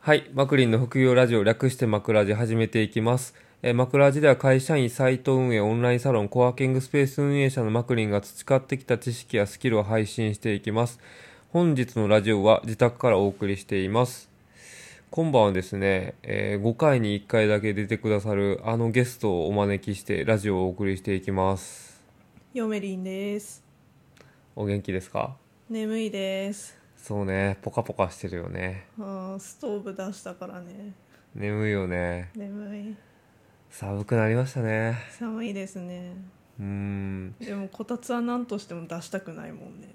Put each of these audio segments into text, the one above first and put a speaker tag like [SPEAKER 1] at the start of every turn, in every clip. [SPEAKER 1] はい、マクリンの副業ラジオ略してマクラジ始めていきます。えーマクラジでは会社員、サイト運営、オンラインサロン、コワーキングスペース運営者のマクリンが培ってきた知識やスキルを配信していきます。本日のラジオは自宅からお送りしています。今晩はですね、え5回に1回だけ出てくださるあのゲストをお招きしてラジオをお送りしていきます。
[SPEAKER 2] ヨメリンです
[SPEAKER 1] お元気ですか
[SPEAKER 2] 眠いです
[SPEAKER 1] そうね、ポカポカしてるよね。
[SPEAKER 2] うんストーブ出したからね
[SPEAKER 1] 眠いよね。
[SPEAKER 2] 眠い
[SPEAKER 1] 寒くなりましたね。
[SPEAKER 2] 寒いですね
[SPEAKER 1] うーん。
[SPEAKER 2] でもこたつは何としても出したくないもんね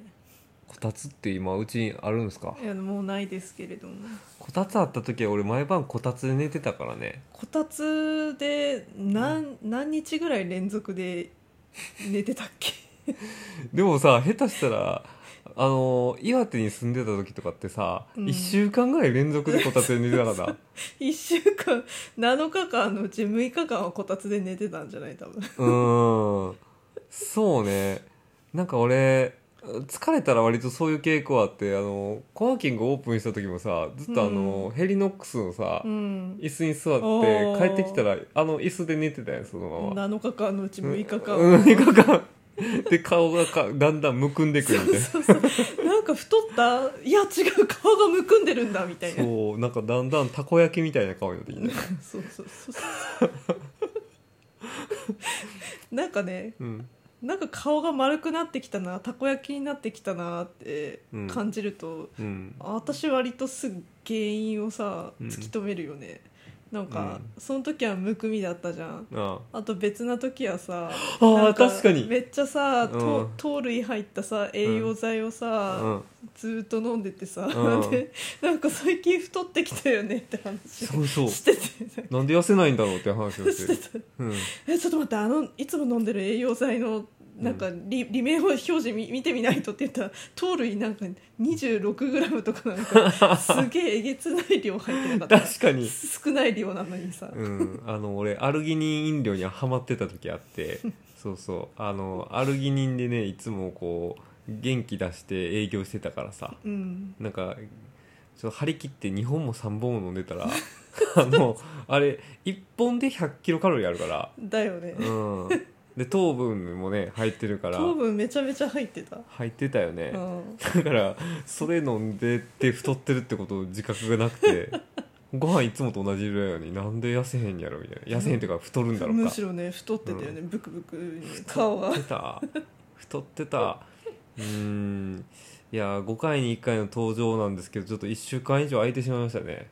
[SPEAKER 1] こたつって今うちにあるんですか
[SPEAKER 2] いやもうないですけれども
[SPEAKER 1] こたつあった時は俺毎晩こたつで寝てたからね
[SPEAKER 2] こたつで何何日ぐらい連続で 寝てたっけ
[SPEAKER 1] でもさ下手したらあの岩手に住んでた時とかってさ、
[SPEAKER 2] うん
[SPEAKER 1] 1週間ぐらい連続でこたつで寝てた から
[SPEAKER 2] 1週間7日間のうち6日間はこたつで寝てたんじゃない多分
[SPEAKER 1] うーんそうねなんか俺疲れたら割とそういう傾向あってあのコワーキングオープンした時もさずっとあの、ヘリノックスのさ、
[SPEAKER 2] うん
[SPEAKER 1] 椅子に座
[SPEAKER 2] おー
[SPEAKER 1] って帰ってきたらあの椅子で寝てたやんそのまま
[SPEAKER 2] 7日間のうち6日間、
[SPEAKER 1] うん、6日間で顔がかだんだんむくんでくるみたいな
[SPEAKER 2] そうそうなんか太ったいや違う顔がむくんでるんだみたいな
[SPEAKER 1] そうなんかだんだんたこ焼きみたいな顔になってきて
[SPEAKER 2] そうそうそうそうなんかね
[SPEAKER 1] うん
[SPEAKER 2] なんか顔が丸くなってきたなたこ焼きになってきたなって
[SPEAKER 1] うん
[SPEAKER 2] 感じると、
[SPEAKER 1] うん
[SPEAKER 2] あ私割とすぐ原因をさ
[SPEAKER 1] うん
[SPEAKER 2] 突き止めるよね、なんか、
[SPEAKER 1] う
[SPEAKER 2] その時はむくみだったじゃん
[SPEAKER 1] あ
[SPEAKER 2] あと別な時はさ
[SPEAKER 1] あー
[SPEAKER 2] なん
[SPEAKER 1] 確かに
[SPEAKER 2] めっちゃさ、
[SPEAKER 1] う
[SPEAKER 2] と
[SPEAKER 1] ん
[SPEAKER 2] 糖類入ったさ栄養剤を
[SPEAKER 1] あ
[SPEAKER 2] さ、
[SPEAKER 1] うん
[SPEAKER 2] ずーっと飲んでてさ、
[SPEAKER 1] うん
[SPEAKER 2] でなんか最近太ってきたよねって話
[SPEAKER 1] そうそう
[SPEAKER 2] してて
[SPEAKER 1] なんで痩せないんだろうって話をし
[SPEAKER 2] してて
[SPEAKER 1] る、
[SPEAKER 2] た
[SPEAKER 1] うん、
[SPEAKER 2] えちょっと待ってあのいつも飲んでる栄養剤のなんかり利名表示見見てみないとって言ったら糖類なんか 26g とかな んかすげええげつない量入ってなかった
[SPEAKER 1] 確かに、
[SPEAKER 2] 少ない量なのにさ、
[SPEAKER 1] うん、あの俺アルギニン飲料にハマってた時あってそうそうあのアルギニンでねいつもこう元気出して営業してたからさ
[SPEAKER 2] うん、
[SPEAKER 1] なんかちょっと張り切って2本も3本も飲んでたら あのあれ1本で1 0 0キロカロリーあるから
[SPEAKER 2] だよね、
[SPEAKER 1] うんで糖分もね入ってるから
[SPEAKER 2] 糖分めちゃめちゃ入ってた、
[SPEAKER 1] 入ってたよね
[SPEAKER 2] う、ん、
[SPEAKER 1] だからそれ飲んでって太ってるってことを自覚がなく てご飯いつもと同じ色やのになんで痩せへんやろみたいな痩せへんっていうか太るんだろう
[SPEAKER 2] む
[SPEAKER 1] か
[SPEAKER 2] しろね太ってたよね、ブクブクに顔が
[SPEAKER 1] 太ってた太ってたうーんいや5回に1回の登場なんですけどちょっと1週間以上空いてしまいましたね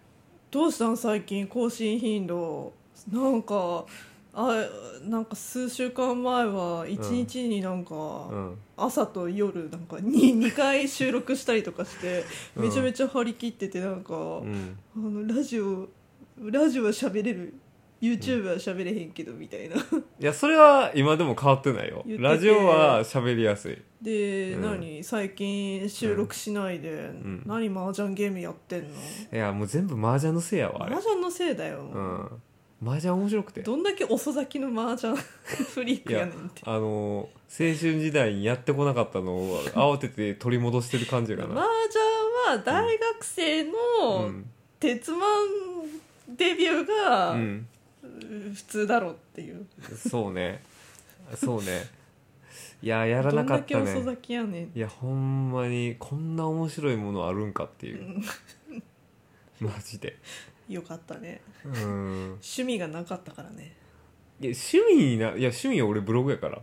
[SPEAKER 2] どうしたん最近更新頻度なんかあなんか数週間前は一日になん
[SPEAKER 1] う
[SPEAKER 2] か
[SPEAKER 1] ん
[SPEAKER 2] 朝と夜なんか 2, 2回収録したりとかして
[SPEAKER 1] うん
[SPEAKER 2] めちゃめちゃ張り切っててなんか、
[SPEAKER 1] うん
[SPEAKER 2] あのラジオラジオは喋れる YouTube は喋れへんけどみたいな
[SPEAKER 1] いやそれは今でも変わってないよ
[SPEAKER 2] 言ってて
[SPEAKER 1] ラジオは喋りやすい
[SPEAKER 2] で、
[SPEAKER 1] うん
[SPEAKER 2] 何最近収録しないで、
[SPEAKER 1] ん
[SPEAKER 2] 何麻雀ゲームやってんの
[SPEAKER 1] いやもう全部麻雀のせいやわあれ
[SPEAKER 2] 麻雀のせいだよ、
[SPEAKER 1] うん麻雀面白くて
[SPEAKER 2] どんだけ遅咲きの麻雀 フリークやねんって
[SPEAKER 1] あの青春時代にやってこなかったのを慌てて取り戻してる感じ
[SPEAKER 2] 麻
[SPEAKER 1] か
[SPEAKER 2] 雀
[SPEAKER 1] な、
[SPEAKER 2] は大学生
[SPEAKER 1] う
[SPEAKER 2] の
[SPEAKER 1] ん
[SPEAKER 2] 鉄腕デビュー
[SPEAKER 1] う
[SPEAKER 2] が
[SPEAKER 1] ん、
[SPEAKER 2] 普通だろっていう、
[SPEAKER 1] そうねそうねいややら
[SPEAKER 2] ど
[SPEAKER 1] なんか
[SPEAKER 2] だ
[SPEAKER 1] っ
[SPEAKER 2] け
[SPEAKER 1] た
[SPEAKER 2] 遅
[SPEAKER 1] ね
[SPEAKER 2] 咲きやねんって
[SPEAKER 1] いやほんまにこんな面白いものあるんかっていう、マジで
[SPEAKER 2] よかったね
[SPEAKER 1] うん
[SPEAKER 2] 趣味がなかったからね
[SPEAKER 1] いや趣味にないや趣味は俺ブログやから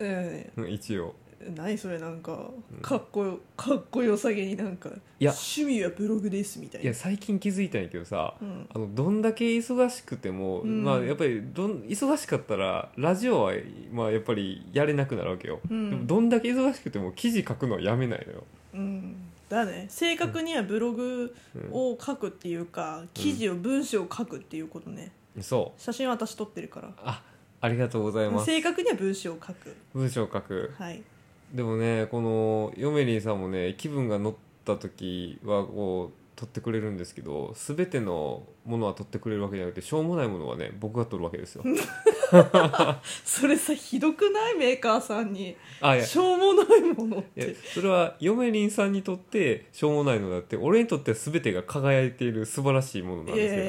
[SPEAKER 2] うん
[SPEAKER 1] うん一応
[SPEAKER 2] 何それなんかかっこよかっこよさげになんか
[SPEAKER 1] いや
[SPEAKER 2] 趣味はブログですみたい
[SPEAKER 1] い
[SPEAKER 2] な
[SPEAKER 1] や最近気づいたんやけどさ、
[SPEAKER 2] うん
[SPEAKER 1] あのどんだけ忙しくても、
[SPEAKER 2] うん
[SPEAKER 1] まあ、やっぱりどん忙しかったらラジオは、まあ、やっぱりやれなくなるわけよ、
[SPEAKER 2] うん
[SPEAKER 1] でもどんだけ忙しくても記事書くのはやめないのよ、
[SPEAKER 2] うんだね正確にはブログを書くっていうか、記事を文章を書くっていうことね
[SPEAKER 1] そう
[SPEAKER 2] 写真は私撮ってるから
[SPEAKER 1] あありがとうございます
[SPEAKER 2] 正確には文章を書く
[SPEAKER 1] 文章書く
[SPEAKER 2] はい
[SPEAKER 1] でもねこのヨメリンさんもね気分が乗った時はこう撮ってくれるん ですけど全てのものは撮ってくれるわけじゃなくてしょうもないものはね僕が撮るわけですよ
[SPEAKER 2] それさひどくないメーカーさんに
[SPEAKER 1] あいや
[SPEAKER 2] しょうもないものっ
[SPEAKER 1] いや
[SPEAKER 2] て
[SPEAKER 1] それは嫁りんさんにとってしょうもないのだって俺にとっては全てが輝いている素晴らしいもの
[SPEAKER 2] い
[SPEAKER 1] なん
[SPEAKER 2] やいやい
[SPEAKER 1] で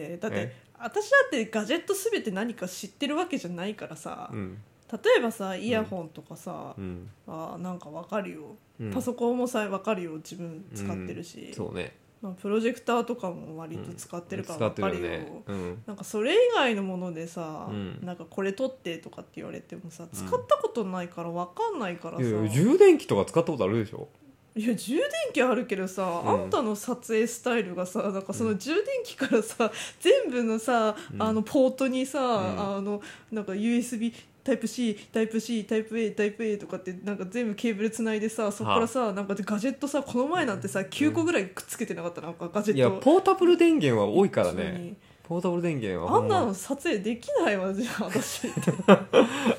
[SPEAKER 2] やいやだって、
[SPEAKER 1] え
[SPEAKER 2] 私だってガジェット全て何か知ってるわけじゃないからさ、
[SPEAKER 1] すよ、うん
[SPEAKER 2] 例えばさイヤホンとかさ、
[SPEAKER 1] うん
[SPEAKER 2] あーなんかわかるよ、
[SPEAKER 1] うん、
[SPEAKER 2] パソコンもさえわかるよ自分使ってるし、
[SPEAKER 1] そうね
[SPEAKER 2] まあ、プロジェクターとかも割と使ってるからわか
[SPEAKER 1] 使っ
[SPEAKER 2] る
[SPEAKER 1] て
[SPEAKER 2] よ、
[SPEAKER 1] るよね、うん、
[SPEAKER 2] なんかそれ以外のものでさ、
[SPEAKER 1] うん
[SPEAKER 2] なんかこれ取ってとかって言われてもさ使ったことないからわかんないからさ、
[SPEAKER 1] いやい
[SPEAKER 2] い
[SPEAKER 1] や
[SPEAKER 2] や
[SPEAKER 1] 充電器とか使ったことあるでしょ
[SPEAKER 2] 充電器あるけどさ、
[SPEAKER 1] うん
[SPEAKER 2] あんたの撮影スタイルがさなんかその充電器からさ 全部のさ、
[SPEAKER 1] うん
[SPEAKER 2] あのポートにさ、
[SPEAKER 1] ん
[SPEAKER 2] あのなんか USB タイプ C タイプ C タイプ A タイプ A とかってなんか全部ケーブルつないでさそこからさ、なんかガジェットさこの前なんてさ9個ぐらいくっつけてなかったなんかガジェ
[SPEAKER 1] いや
[SPEAKER 2] ット
[SPEAKER 1] ポータブル電源は多いから
[SPEAKER 2] 普通
[SPEAKER 1] ね
[SPEAKER 2] に
[SPEAKER 1] ポータブル電源は
[SPEAKER 2] あ
[SPEAKER 1] ほ
[SPEAKER 2] ん
[SPEAKER 1] ま
[SPEAKER 2] なの撮影できないわじゃあ 私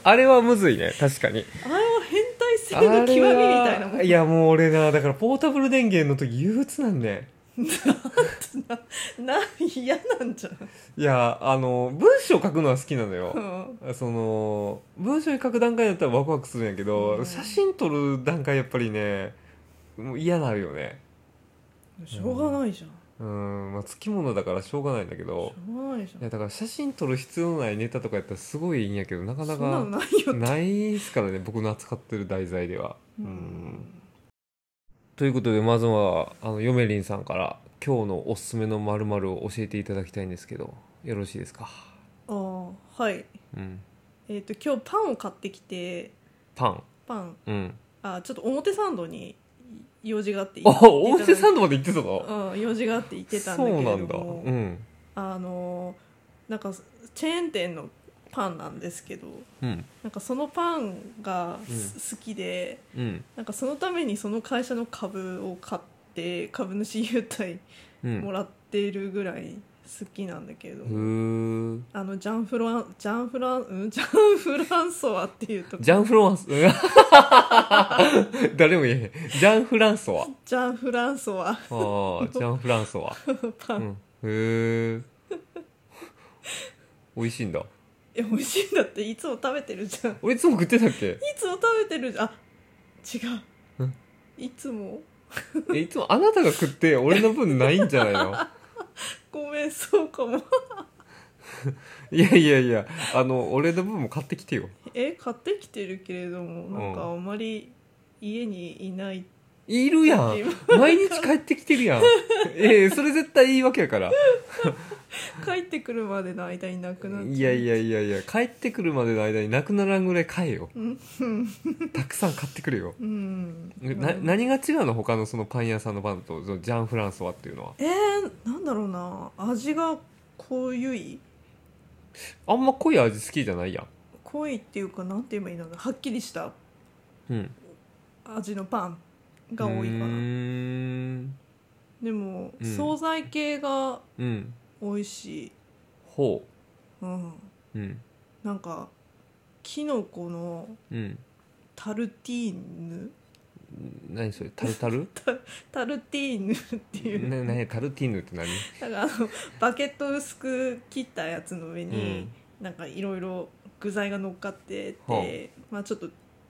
[SPEAKER 1] あれはむずいね確かに
[SPEAKER 2] あれは変態性
[SPEAKER 1] あれ
[SPEAKER 2] の
[SPEAKER 1] は
[SPEAKER 2] 極みみたいなもん
[SPEAKER 1] いやもう俺なだからポータブル電源の時憂鬱なんね
[SPEAKER 2] な嫌なんじゃん、
[SPEAKER 1] いやあの文章書くのは好きなのよ、
[SPEAKER 2] うん
[SPEAKER 1] その文章に書く段階だったらワクワクするんやけど、
[SPEAKER 2] うん
[SPEAKER 1] 写真撮る段階やっぱりねもう嫌なるよね
[SPEAKER 2] しょうがないじゃん
[SPEAKER 1] うんまあつきものだからしょうがないんだけ
[SPEAKER 2] しょ
[SPEAKER 1] ど
[SPEAKER 2] うがないじ
[SPEAKER 1] い
[SPEAKER 2] ゃん
[SPEAKER 1] やだから写真撮る必要のないネタとかやったらすごいいいんやけどなかな
[SPEAKER 2] そんなの
[SPEAKER 1] か
[SPEAKER 2] ないよって
[SPEAKER 1] ないですからね僕の扱ってる題材では。
[SPEAKER 2] う
[SPEAKER 1] うん
[SPEAKER 2] ん
[SPEAKER 1] ということでまずはあのヨメリンさんから今日のおすすめのまるまるを教えていただきたいんですけどよろしいですか、
[SPEAKER 2] あーはい
[SPEAKER 1] うん、
[SPEAKER 2] えっ、と今日パンを買ってきて
[SPEAKER 1] パン
[SPEAKER 2] パン
[SPEAKER 1] うん
[SPEAKER 2] あちょっと表参道に用事があって
[SPEAKER 1] あ
[SPEAKER 2] 行ってた
[SPEAKER 1] 表参
[SPEAKER 2] んだ
[SPEAKER 1] 道まで行ってたの
[SPEAKER 2] うん用事があって行ってたんだ
[SPEAKER 1] そ
[SPEAKER 2] け
[SPEAKER 1] う
[SPEAKER 2] れ
[SPEAKER 1] な
[SPEAKER 2] ど
[SPEAKER 1] んだ
[SPEAKER 2] も
[SPEAKER 1] うん
[SPEAKER 2] あのーなんかチェーン店のパンなんですけど
[SPEAKER 1] うん
[SPEAKER 2] なんかそのパンがす好きで、
[SPEAKER 1] うん
[SPEAKER 2] なんかそのためにその会社の株を買って株主優待
[SPEAKER 1] うん
[SPEAKER 2] もらっているぐらい好きなんだけれど、
[SPEAKER 1] ふー
[SPEAKER 2] あのジャンフランジャンフラン、うん、ジャンフランソワっていうとこ
[SPEAKER 1] ジャン・フロンス 誰も言えへんジャン・フランソワあ
[SPEAKER 2] ジャンフランソワ
[SPEAKER 1] ージャン・フランソワ、
[SPEAKER 2] パ
[SPEAKER 1] う
[SPEAKER 2] ン、
[SPEAKER 1] ん、へ え美味しいんだ
[SPEAKER 2] え美味しいんだっていつも食べてるじゃんい
[SPEAKER 1] 俺いつも食ってたっけ
[SPEAKER 2] つも食べてるじゃんあ違
[SPEAKER 1] ん
[SPEAKER 2] ういつも
[SPEAKER 1] えいつもあなたが食って俺の分ないんじゃないの
[SPEAKER 2] ごめんそうかも
[SPEAKER 1] いやいやいや、あの、俺の分も買ってきてよ。
[SPEAKER 2] え買ってきてるけれどもなんか
[SPEAKER 1] う
[SPEAKER 2] あんまり家にいない
[SPEAKER 1] いるやん。毎日帰ってきてるやん。ええそれ絶対言い訳やから。
[SPEAKER 2] 帰ってくるまでの間いなくなっちゃう
[SPEAKER 1] いやいやいやいや、帰ってくるまでの間になくならんぐらい買えよ。
[SPEAKER 2] うん
[SPEAKER 1] たくさん買ってくれよ。
[SPEAKER 2] うん
[SPEAKER 1] な、何が違うの他のそのパン屋さんのパンと、そのジャン・フランソワっていうのは。
[SPEAKER 2] えー、なんだろうな味が濃ゆい
[SPEAKER 1] あんま濃い味好きじゃないやん。
[SPEAKER 2] 濃いっていうかなんて言えばいいんだろうなはっきりした
[SPEAKER 1] うん。
[SPEAKER 2] 味のパンが多いうか
[SPEAKER 1] ー。
[SPEAKER 2] なんでも、
[SPEAKER 1] うん
[SPEAKER 2] 惣菜系が
[SPEAKER 1] うん。
[SPEAKER 2] 美味しい、
[SPEAKER 1] ほ
[SPEAKER 2] うん、
[SPEAKER 1] う。うん。
[SPEAKER 2] なんかきのこの
[SPEAKER 1] うん。
[SPEAKER 2] タルティーヌ
[SPEAKER 1] 何それタルタル
[SPEAKER 2] タルティーヌ っていう、
[SPEAKER 1] な何タルティーヌって何
[SPEAKER 2] なんかあのバケット薄く切ったやつの上に、なんかいろいろ具材が乗っかってて、まあ、ちょっと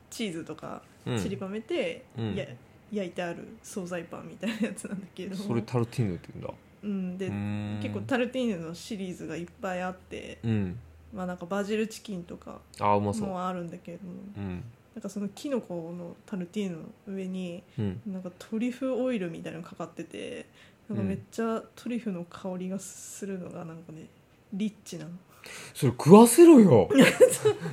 [SPEAKER 2] チーズとか
[SPEAKER 1] うん。
[SPEAKER 2] ちりばめて、
[SPEAKER 1] うん
[SPEAKER 2] や焼いてある惣菜パンみたいなやつなんだけど
[SPEAKER 1] それタルティーヌって言うんだ。
[SPEAKER 2] うん、で、
[SPEAKER 1] うーん
[SPEAKER 2] 結構タルティーヌのシリーズがいっぱいあって、
[SPEAKER 1] うん
[SPEAKER 2] まあ、なんかバジルチキンとか
[SPEAKER 1] あーうまそう
[SPEAKER 2] もあるんだけれども
[SPEAKER 1] うん
[SPEAKER 2] なんかそのキノコのタルティーヌの上に
[SPEAKER 1] うん
[SPEAKER 2] なんかトリュフオイルみたいなのかかっててなんかめっちゃトリュフの香りがするのがなんかねリッチなの
[SPEAKER 1] それ食わせろ よ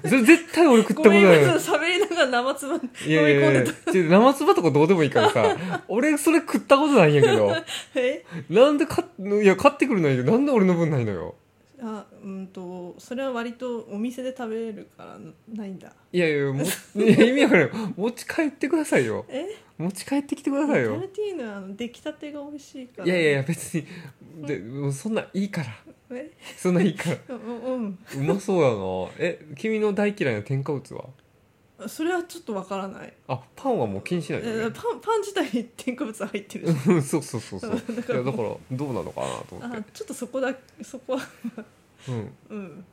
[SPEAKER 1] それ絶対俺食ったこ
[SPEAKER 2] ご
[SPEAKER 1] とない
[SPEAKER 2] めん今ちょっと喋りながら生つまん
[SPEAKER 1] いやいやい
[SPEAKER 2] 飲
[SPEAKER 1] や
[SPEAKER 2] み込んで
[SPEAKER 1] ちょ生唾とかどうでもいいからさ俺それ食ったことないんやけど
[SPEAKER 2] たえ
[SPEAKER 1] なんでかいや買ってくるのやけどなんで俺の分ないのよ
[SPEAKER 2] あうんとそれは割とお店で食べるからないんだ
[SPEAKER 1] いやいやも いや意味わからん持ち帰ってくださいよ
[SPEAKER 2] え
[SPEAKER 1] 持ち帰ってきてくだ
[SPEAKER 2] タ
[SPEAKER 1] さい
[SPEAKER 2] ル
[SPEAKER 1] よ
[SPEAKER 2] ティーヌはあの出来たてが美味しいから
[SPEAKER 1] いやいやいや別にでもうそんなんいいから
[SPEAKER 2] え
[SPEAKER 1] そんなんいいから
[SPEAKER 2] うんうん
[SPEAKER 1] うまそうやなえ君の大嫌いな添加物は
[SPEAKER 2] それはちょっとわからない
[SPEAKER 1] あパンはもう気にしないよね
[SPEAKER 2] えパンパン自体に添加物入ってるし
[SPEAKER 1] うんそうそうそうそうい
[SPEAKER 2] だから
[SPEAKER 1] やだからどうなのかなと思っ
[SPEAKER 2] あ
[SPEAKER 1] て、
[SPEAKER 2] ちょっとそこだそこは
[SPEAKER 1] うん、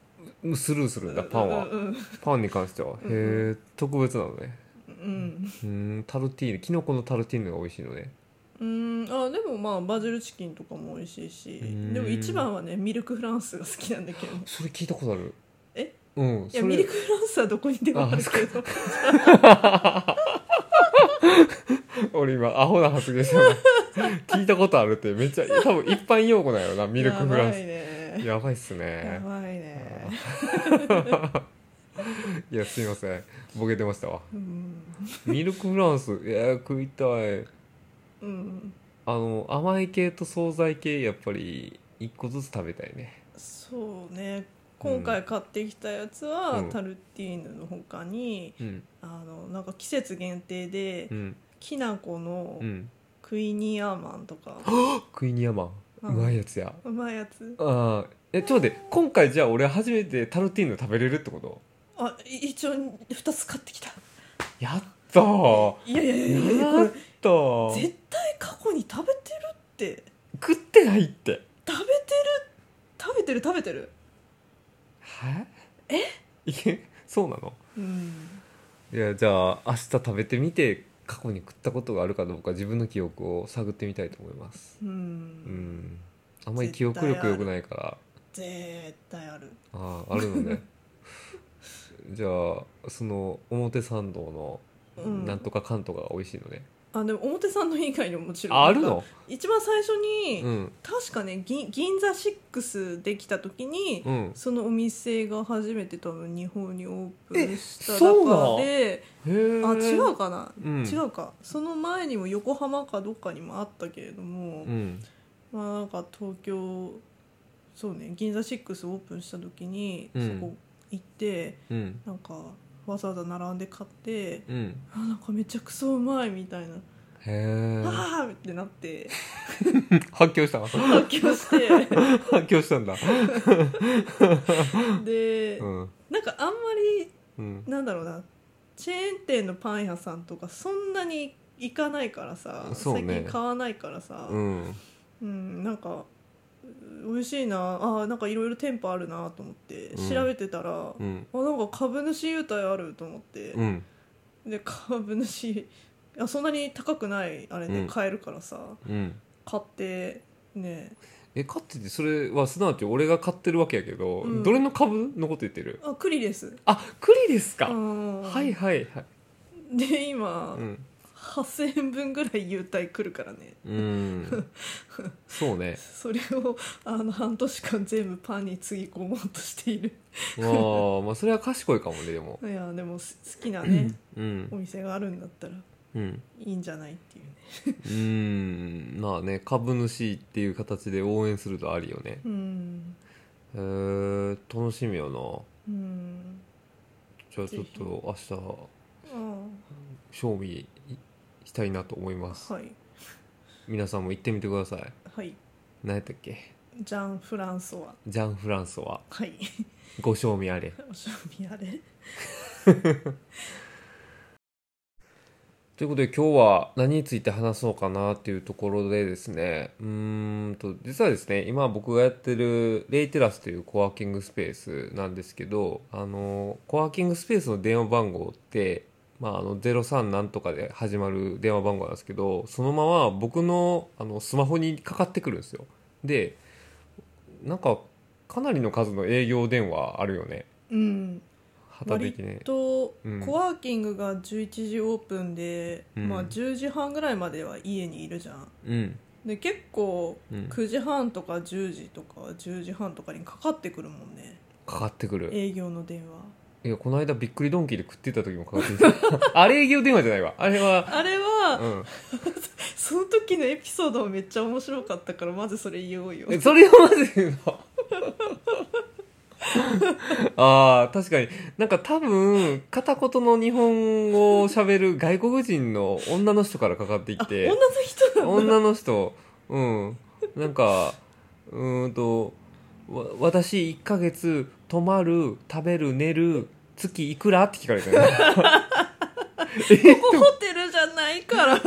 [SPEAKER 2] うん
[SPEAKER 1] スルーするんだパンは
[SPEAKER 2] うん
[SPEAKER 1] パンに関しては
[SPEAKER 2] うん
[SPEAKER 1] へ
[SPEAKER 2] うん
[SPEAKER 1] え特別なのね
[SPEAKER 2] うん
[SPEAKER 1] うんタルティーヌキノコのタルティーヌが美味しいのね
[SPEAKER 2] うんあでもまあバジルチキンとかも美味しいし
[SPEAKER 1] うん
[SPEAKER 2] でも一番はねミルクフランスが好きなんだけど
[SPEAKER 1] それ聞いたことある
[SPEAKER 2] え
[SPEAKER 1] うん
[SPEAKER 2] いや
[SPEAKER 1] そ
[SPEAKER 2] ミ
[SPEAKER 1] れ
[SPEAKER 2] ルクフランスはどこにでもあるけど
[SPEAKER 1] 俺今アホな発言したな 聞いたことあるってめっちゃ多分一般用語だよなミルクフラン
[SPEAKER 2] やばい
[SPEAKER 1] ス
[SPEAKER 2] ね
[SPEAKER 1] やばいっす
[SPEAKER 2] や
[SPEAKER 1] ね
[SPEAKER 2] ばいね
[SPEAKER 1] いやすいませんボケてましたわ
[SPEAKER 2] うん
[SPEAKER 1] ミルクフランス いや食いたい
[SPEAKER 2] うん
[SPEAKER 1] あの甘い系と惣菜系やっぱり一個ずつ食べたいね
[SPEAKER 2] そうね今回買ってきたやつは、
[SPEAKER 1] うん
[SPEAKER 2] タルティーヌの他に
[SPEAKER 1] うん
[SPEAKER 2] あのなんか季節限定で、
[SPEAKER 1] うん
[SPEAKER 2] きな粉の
[SPEAKER 1] うん
[SPEAKER 2] クイニーアーマンとか、
[SPEAKER 1] クイニアマンう
[SPEAKER 2] うん
[SPEAKER 1] まいやつや
[SPEAKER 2] うまいやつ
[SPEAKER 1] ああえちょっと待って今回じゃあ俺初めてタルティーヌ食べれるってこと
[SPEAKER 2] あい一応2つ買ってきた
[SPEAKER 1] やったー
[SPEAKER 2] いやいやいやいや
[SPEAKER 1] や
[SPEAKER 2] こ
[SPEAKER 1] っ
[SPEAKER 2] れ
[SPEAKER 1] たー
[SPEAKER 2] 絶対過去に食べてるって
[SPEAKER 1] 食ってないって
[SPEAKER 2] 食べてる食べてる食べてる
[SPEAKER 1] はえいけそうなの
[SPEAKER 2] うん
[SPEAKER 1] いやじゃあ明日食べてみて過去に食ったことがあるかどうか自分の記憶を探ってみたいと思います
[SPEAKER 2] うん、
[SPEAKER 1] うんあんまり記憶力良くないから
[SPEAKER 2] 絶対ある
[SPEAKER 1] あああるの ねじゃあその表参道
[SPEAKER 2] う
[SPEAKER 1] の
[SPEAKER 2] ん
[SPEAKER 1] なんとかかんとかが美味しいのね、
[SPEAKER 2] あでも表参道以外にももちろん
[SPEAKER 1] あある
[SPEAKER 2] なんか
[SPEAKER 1] の
[SPEAKER 2] 一番最初に、
[SPEAKER 1] うん
[SPEAKER 2] 確かね銀銀座6できた時に、
[SPEAKER 1] うん
[SPEAKER 2] そのお店が初めて多分日本にオープンした
[SPEAKER 1] えそうな
[SPEAKER 2] 中
[SPEAKER 1] の
[SPEAKER 2] で
[SPEAKER 1] へえ
[SPEAKER 2] あ違うかな、
[SPEAKER 1] うん
[SPEAKER 2] 違うかその前にも横浜かどっかにもあったけれども、
[SPEAKER 1] うん
[SPEAKER 2] まあなんか東京そうね銀座6オープンした時に、
[SPEAKER 1] うん
[SPEAKER 2] そこ行って
[SPEAKER 1] うん
[SPEAKER 2] なんかわざわざ並んで買って
[SPEAKER 1] うん
[SPEAKER 2] あなんかめちゃくそうまいみたいな、
[SPEAKER 1] へえ
[SPEAKER 2] ああってなって
[SPEAKER 1] 発狂した
[SPEAKER 2] 発狂して。
[SPEAKER 1] 発狂したんだ
[SPEAKER 2] で、
[SPEAKER 1] うん
[SPEAKER 2] なんかあんまり
[SPEAKER 1] うん
[SPEAKER 2] なんだろうなチェーン店のパン屋さんとかそんなに行かないからさ、
[SPEAKER 1] そう
[SPEAKER 2] 最
[SPEAKER 1] ね
[SPEAKER 2] 近買わないからさ、
[SPEAKER 1] う
[SPEAKER 2] うん
[SPEAKER 1] ん
[SPEAKER 2] なんかう美味しいなあなんかいろいろ店舗あるなと思って
[SPEAKER 1] うん
[SPEAKER 2] 調べてたら、
[SPEAKER 1] うん
[SPEAKER 2] あなんか株主優待あると思って、
[SPEAKER 1] うん
[SPEAKER 2] で株主あそんなに高くないあれ
[SPEAKER 1] う
[SPEAKER 2] で
[SPEAKER 1] ん
[SPEAKER 2] 買えるからさ、
[SPEAKER 1] うん
[SPEAKER 2] 買ってね
[SPEAKER 1] え買っててそれはすなわち俺が買ってるわけやけど、
[SPEAKER 2] うん
[SPEAKER 1] どれの株のこと言ってる
[SPEAKER 2] あクリです
[SPEAKER 1] あ栗ですか、
[SPEAKER 2] うん
[SPEAKER 1] はいはいはい
[SPEAKER 2] で今、
[SPEAKER 1] うん、
[SPEAKER 2] 8000円分ぐらい優待来るからね
[SPEAKER 1] うん、そうね
[SPEAKER 2] それをあの半年間全部パンにつぎ込もうとしている
[SPEAKER 1] まあまあそれは賢いかもねでも
[SPEAKER 2] いやでもす好きなね
[SPEAKER 1] うん
[SPEAKER 2] お店があるんだったら
[SPEAKER 1] うん
[SPEAKER 2] いいんじゃないっていうね
[SPEAKER 1] うんまあね株主っていう形で応援するとありよね
[SPEAKER 2] うん
[SPEAKER 1] へえ楽しみよな
[SPEAKER 2] うん
[SPEAKER 1] じゃあちょっと明
[SPEAKER 2] あ
[SPEAKER 1] 日賞味したいなと思います
[SPEAKER 2] あはい
[SPEAKER 1] 皆さんも行ってみてください
[SPEAKER 2] はい
[SPEAKER 1] 何やったっけ
[SPEAKER 2] ジャン・フランソワ
[SPEAKER 1] ジャン・フランソワ
[SPEAKER 2] はい
[SPEAKER 1] ご賞味あれ
[SPEAKER 2] お賞味あれ
[SPEAKER 1] ということで今日は何について話そうかなっていうところでですねうーんと実はですね今僕がやってるレイテラスというコワーキングスペースなんですけどあのコワーキングスペースの電話番号って、まあ、あの03なんとかで始まる電話番号なんですけどそのまま僕のあのスマホにかかってくるんですよでなんかかなりの数の営業電話あるよね
[SPEAKER 2] うん
[SPEAKER 1] 旗的ね
[SPEAKER 2] と、
[SPEAKER 1] うん
[SPEAKER 2] コワーキングが11時オープンで、
[SPEAKER 1] うん
[SPEAKER 2] まあ10時半ぐらいまでは家にいるじゃん
[SPEAKER 1] うん
[SPEAKER 2] で結構
[SPEAKER 1] うん
[SPEAKER 2] 9時半とか10時とか10時半とかにかかってくるもんね
[SPEAKER 1] かかってくる
[SPEAKER 2] 営業の電話
[SPEAKER 1] いやこの間びっくりドンキーで食ってた時もかかってきた あれ営業電話じゃないわあれは
[SPEAKER 2] あれは、
[SPEAKER 1] うん
[SPEAKER 2] その時のエピソードもめっちゃ面白かったからまずそれ言おうよ
[SPEAKER 1] えそれをまず言うの あー確かになんか多分片言の日本語を喋る外国人の女の人からかかって
[SPEAKER 2] あ
[SPEAKER 1] きて
[SPEAKER 2] 女の人なんだ
[SPEAKER 1] 女の人うんなんかうーんとわ私1ヶ月泊まる食べる寝る月いくらって聞かれてね
[SPEAKER 2] ここホテルじゃないから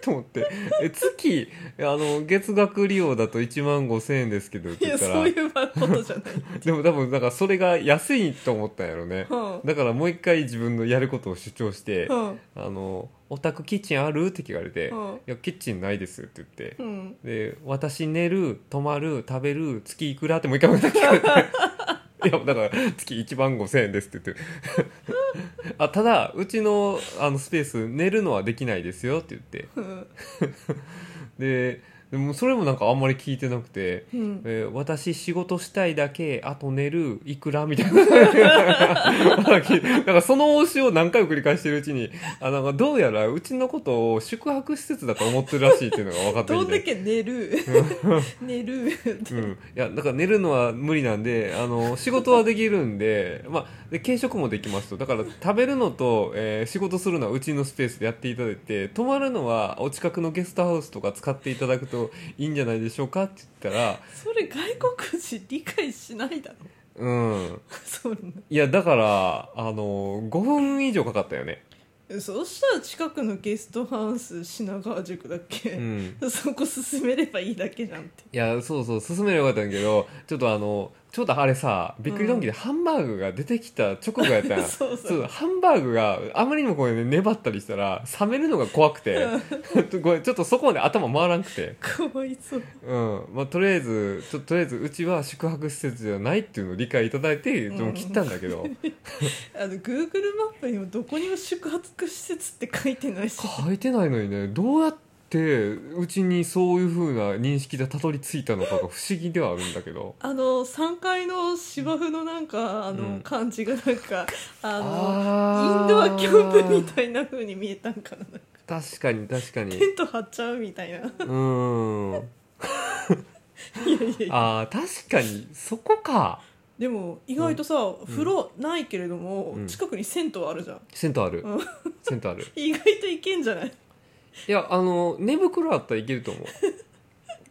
[SPEAKER 1] と思ってえ月あの月額利用だと1万5千円ですけどって言
[SPEAKER 2] いや
[SPEAKER 1] った
[SPEAKER 2] そ
[SPEAKER 1] ら
[SPEAKER 2] ういうことじゃない、
[SPEAKER 1] でも多分なんかそれが安いと思ったんやろね
[SPEAKER 2] うん
[SPEAKER 1] だからもう一回自分のやることを主張して
[SPEAKER 2] うん
[SPEAKER 1] 「あのオタクキッチンある?」って聞かれて「い
[SPEAKER 2] うん
[SPEAKER 1] やキッチンないです」って言って
[SPEAKER 2] うん、
[SPEAKER 1] で私寝る泊まる食べる月いくらってもう一回も聞かれていやだから月1万5千円ですって言ってあただうちのあのスペース寝るのはできないですよって言って
[SPEAKER 2] うん
[SPEAKER 1] ででもそれもなんかあんまり聞いてなくて、
[SPEAKER 2] うん
[SPEAKER 1] えー私仕事したいだけあと寝るいくらみたいななんかその応酬を何回も繰り返してるうちにあなんかどうやらうちのことを宿泊施設だと思ってるらしいっていうのが分かって
[SPEAKER 2] ど
[SPEAKER 1] き
[SPEAKER 2] んだ
[SPEAKER 1] て。
[SPEAKER 2] け寝 る寝る
[SPEAKER 1] うん、いやだから寝るのは無理なんであの仕事はできるんで,、まあ、で軽食もできますとだから食べるのと、えー仕事するのはうちのスペースでやっていただいて泊まるのはお近くのゲストハウスとか使っていただくといいんじゃないでしょうかって言ったら
[SPEAKER 2] それ外国人理解しないだろ
[SPEAKER 1] うん
[SPEAKER 2] そん
[SPEAKER 1] いやだからあの5分以上かかったよね、
[SPEAKER 2] なそうしたら近くのゲストハウス品川塾だっ
[SPEAKER 1] う
[SPEAKER 2] け、
[SPEAKER 1] ん、
[SPEAKER 2] そこ進めればいいだけじゃんって
[SPEAKER 1] いやそうそう進めればよかったんやけどちょっとあのちょっとあれさびっくりドンキーでハンバーグが出てきた直後やったん
[SPEAKER 2] そうそう
[SPEAKER 1] そうハンバーグがあまりにもこう、ね、粘ったりしたら冷めるのが怖くて ごめんちょっとそこまで頭回らんくて、
[SPEAKER 2] かわいそう
[SPEAKER 1] うんまあ、とりあえずちょとりあえずうちは宿泊施設じゃないっていうのを理解いただいて
[SPEAKER 2] うん
[SPEAKER 1] でも切ったんだけど、
[SPEAKER 2] あの Google マップにもどこにも宿泊施設って書いてないし
[SPEAKER 1] 書いてないのにねどうやってうちにそういう風な認識でたどり着いたのかが不思議ではあるんだけど
[SPEAKER 2] あの3階の芝生のなんかあ
[SPEAKER 1] うん
[SPEAKER 2] の感じがなんか、あの
[SPEAKER 1] あー
[SPEAKER 2] インドアキャンプみたいな風に見えたんかななんか
[SPEAKER 1] 確かに確かに
[SPEAKER 2] テント張っちゃうみたいないや
[SPEAKER 1] うーん
[SPEAKER 2] いやいや
[SPEAKER 1] あー確かにそこか
[SPEAKER 2] でも意外とさ、風呂ないけれども、
[SPEAKER 1] うん
[SPEAKER 2] 近くに銭湯あるじゃん
[SPEAKER 1] 銭湯ある
[SPEAKER 2] うん
[SPEAKER 1] 銭湯ある
[SPEAKER 2] 意外といけんじゃない
[SPEAKER 1] いやあの寝袋あったらいけると思う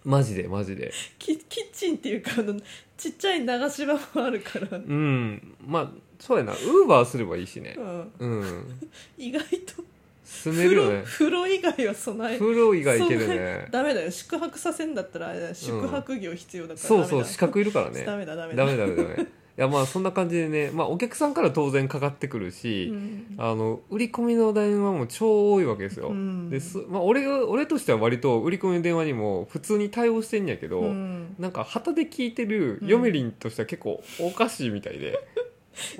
[SPEAKER 1] マジでマジで
[SPEAKER 2] キキッチンっていうかあのちっちゃい流し場もあるから、
[SPEAKER 1] うんまあそうやなウーバーすればいいしね
[SPEAKER 2] うん、
[SPEAKER 1] うん
[SPEAKER 2] 意外と
[SPEAKER 1] 住め
[SPEAKER 2] 風
[SPEAKER 1] るよ
[SPEAKER 2] 呂
[SPEAKER 1] ね
[SPEAKER 2] 風呂以外は備え
[SPEAKER 1] 風呂以外いける
[SPEAKER 2] そうね
[SPEAKER 1] ね
[SPEAKER 2] ダメだよ宿泊させんだったらあれだよ宿泊業必要だから、
[SPEAKER 1] そ
[SPEAKER 2] ダメ
[SPEAKER 1] う
[SPEAKER 2] だ
[SPEAKER 1] そう資格いるからね
[SPEAKER 2] ダメだダメだ
[SPEAKER 1] ダメダメダメいやまあそんな感じでね、まあ、お客さんから当然かかってくるし、
[SPEAKER 2] うん
[SPEAKER 1] あの売り込みの電話も超多いわけですよ、
[SPEAKER 2] うん
[SPEAKER 1] ですまあ、俺が俺としては割と売り込みの電話にも普通に対応してんやけど、
[SPEAKER 2] うん
[SPEAKER 1] なんか旗で聞いてる
[SPEAKER 2] うん
[SPEAKER 1] ヨメリンとしては結構おかしいみたいで、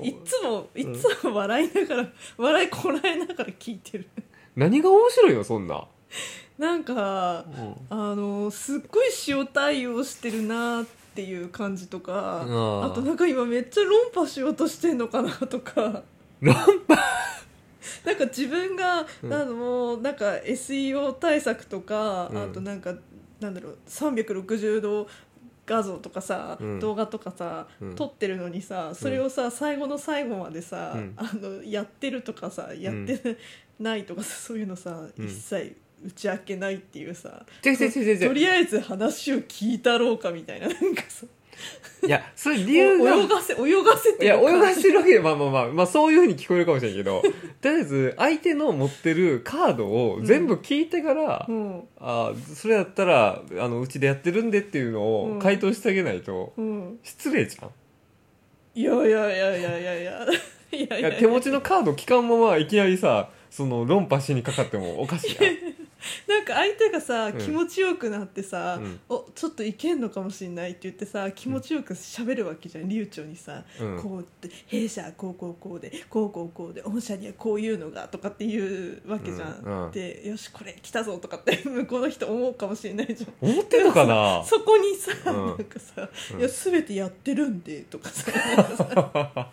[SPEAKER 2] いっつもいっつも笑いながら、笑いこらえながら聞いてる
[SPEAKER 1] 何が面白いのそんな、
[SPEAKER 2] なんかあのすっごい塩対応してるなっていう感じとか
[SPEAKER 1] うん
[SPEAKER 2] あとなんか今めっちゃ論破しようとしてんのかなとか
[SPEAKER 1] 論
[SPEAKER 2] 破なんか自分が、
[SPEAKER 1] うん
[SPEAKER 2] あのなんか SEO 対策とか、
[SPEAKER 1] うん
[SPEAKER 2] あとなんかなんだろう360度画像とかさ、
[SPEAKER 1] うん
[SPEAKER 2] 動画とかさ、
[SPEAKER 1] うん
[SPEAKER 2] 撮ってるのにさそれをさ、最後の最後までさ、
[SPEAKER 1] うん
[SPEAKER 2] あのやってるとかさやってないとかさそういうのさ、
[SPEAKER 1] うん
[SPEAKER 2] 一切打ち明けないっていうさ
[SPEAKER 1] 違う違う違う違う
[SPEAKER 2] とりあえず話を聞いたろうかみたいななんかさ
[SPEAKER 1] いやそれ理
[SPEAKER 2] お
[SPEAKER 1] 由が
[SPEAKER 2] 泳がせ泳がせて
[SPEAKER 1] いや泳が
[SPEAKER 2] せ
[SPEAKER 1] してるわけでまあまあまあ、まあ、そういうふうに聞こえるかもしれんけ どとりあえず相手の持ってるカードを全部聞いてから、
[SPEAKER 2] うん
[SPEAKER 1] あーそれだったらあのうちでやってるんでっていうの
[SPEAKER 2] う
[SPEAKER 1] を
[SPEAKER 2] ん
[SPEAKER 1] 回答してあげないと、
[SPEAKER 2] うん
[SPEAKER 1] 失礼じゃん
[SPEAKER 2] いやいやいやいやいやい やいやい
[SPEAKER 1] い
[SPEAKER 2] や
[SPEAKER 1] や手持ちのカード聞かんままいきなりさその論破しにかかってもおかしいや ん
[SPEAKER 2] なんか相手がさ
[SPEAKER 1] うん
[SPEAKER 2] 気持ちよくなってさ、
[SPEAKER 1] うん
[SPEAKER 2] おちょっといけんのかもしれないって言ってさ気持ちよく喋るわけじゃん流暢にさ、
[SPEAKER 1] うん
[SPEAKER 2] こうって弊社はこうこうこうでこうこうこうで御社にはこういうのがとかっていうわけじゃん、
[SPEAKER 1] うんうん
[SPEAKER 2] でよしこれ来たぞとかって向こうの人思うかもしれないじゃん
[SPEAKER 1] 思ってんのかな
[SPEAKER 2] そこにさ、
[SPEAKER 1] うん
[SPEAKER 2] なんかさ、
[SPEAKER 1] うん
[SPEAKER 2] いや全てやってるんでと かさ
[SPEAKER 1] あ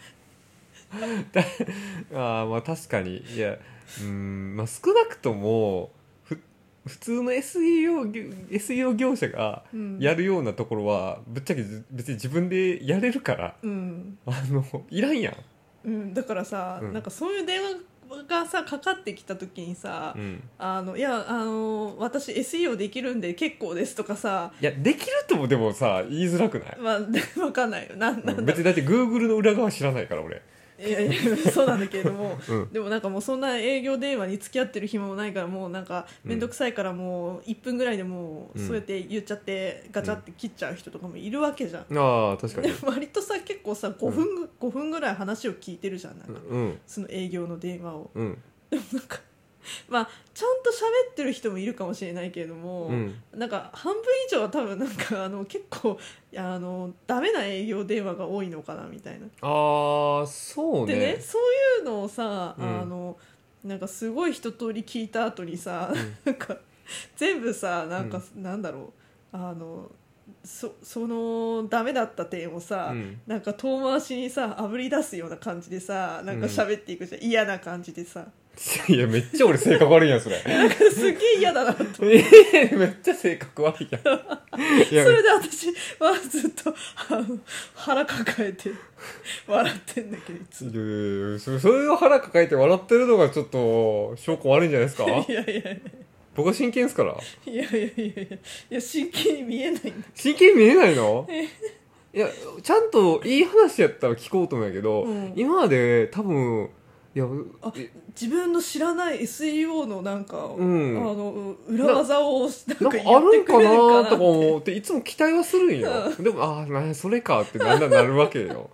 [SPEAKER 1] ーまあ確かにいやうーんまあ少なくともふ普通の SEO 業 SEO 業者が
[SPEAKER 2] うん
[SPEAKER 1] やるようなところはぶっちゃけじ別に自分でやれるから
[SPEAKER 2] うん
[SPEAKER 1] あのいらんやん、
[SPEAKER 2] うん、だからさ、
[SPEAKER 1] うん
[SPEAKER 2] なんかそういう電話がさかかってきた時にさ、
[SPEAKER 1] うん、
[SPEAKER 2] あのいやあの私 SEO できるんで結構ですとかさ
[SPEAKER 1] いやできるともでもさ言いづらくない
[SPEAKER 2] まあ わかんないよなんなんだろう
[SPEAKER 1] 別にだって Google の裏側知らないから俺
[SPEAKER 2] いやいやそうなんだけれども、
[SPEAKER 1] うん
[SPEAKER 2] でもなんかもうそんな営業電話に付き合ってる暇もないからもうなんか面倒くさいからもう1分ぐらいでもう
[SPEAKER 1] うん
[SPEAKER 2] そうやって言っちゃってガチャって切っちゃう人とかもいるわけじゃん、
[SPEAKER 1] ああ確か
[SPEAKER 2] で
[SPEAKER 1] に
[SPEAKER 2] も割とさ結構さ5分,、5分ぐらい話を聞いてるじゃんなんか、
[SPEAKER 1] うん
[SPEAKER 2] その営業の電話を
[SPEAKER 1] うん
[SPEAKER 2] でもなんかまあちゃんと喋ってる人もいるかもしれないけれども、
[SPEAKER 1] うん
[SPEAKER 2] なんか半分以上は多分なんかあの結構いやあのダメな営業電話が多いのかなみたいな
[SPEAKER 1] ああそう
[SPEAKER 2] で
[SPEAKER 1] ね
[SPEAKER 2] ねそういうのをさ、
[SPEAKER 1] うん
[SPEAKER 2] あのなんかすごい一通り聞いた後にさ、
[SPEAKER 1] ん
[SPEAKER 2] なんか全部さなんか、なんだろうあのそそのダメだった点をさ、
[SPEAKER 1] うん
[SPEAKER 2] なんか遠回しにさあぶり出すような感じでさなんか喋っていくじゃん、嫌な感じでさ
[SPEAKER 1] いやめっちゃ俺性格悪いやんそれ
[SPEAKER 2] すげえ嫌だなと思って
[SPEAKER 1] えーめっちゃ性格悪い やんいや
[SPEAKER 2] それで私はずっとあの腹抱えて笑ってんだけどいつ
[SPEAKER 1] い
[SPEAKER 2] も
[SPEAKER 1] やいやいやそれそれを腹抱えて笑ってるのがちょっと証拠悪いんじゃないですか
[SPEAKER 2] いやいやいや
[SPEAKER 1] 僕は真剣ですから
[SPEAKER 2] いやいやいやいやいや真剣に見えないんだ
[SPEAKER 1] 真剣に見えないのいやちゃんといい話やったら聞こうと思うんやけど、
[SPEAKER 2] うん
[SPEAKER 1] 今まで多分いや
[SPEAKER 2] あ
[SPEAKER 1] え
[SPEAKER 2] 自分の知らない SEO のなんか、
[SPEAKER 1] ん
[SPEAKER 2] あの裏技をなん
[SPEAKER 1] な
[SPEAKER 2] か
[SPEAKER 1] んか
[SPEAKER 2] 言
[SPEAKER 1] あ
[SPEAKER 2] って
[SPEAKER 1] るん
[SPEAKER 2] く
[SPEAKER 1] か
[SPEAKER 2] れるか
[SPEAKER 1] な
[SPEAKER 2] な
[SPEAKER 1] とか思っていつも期待はするんよ、でもああなそれかってだんだんなるわけよ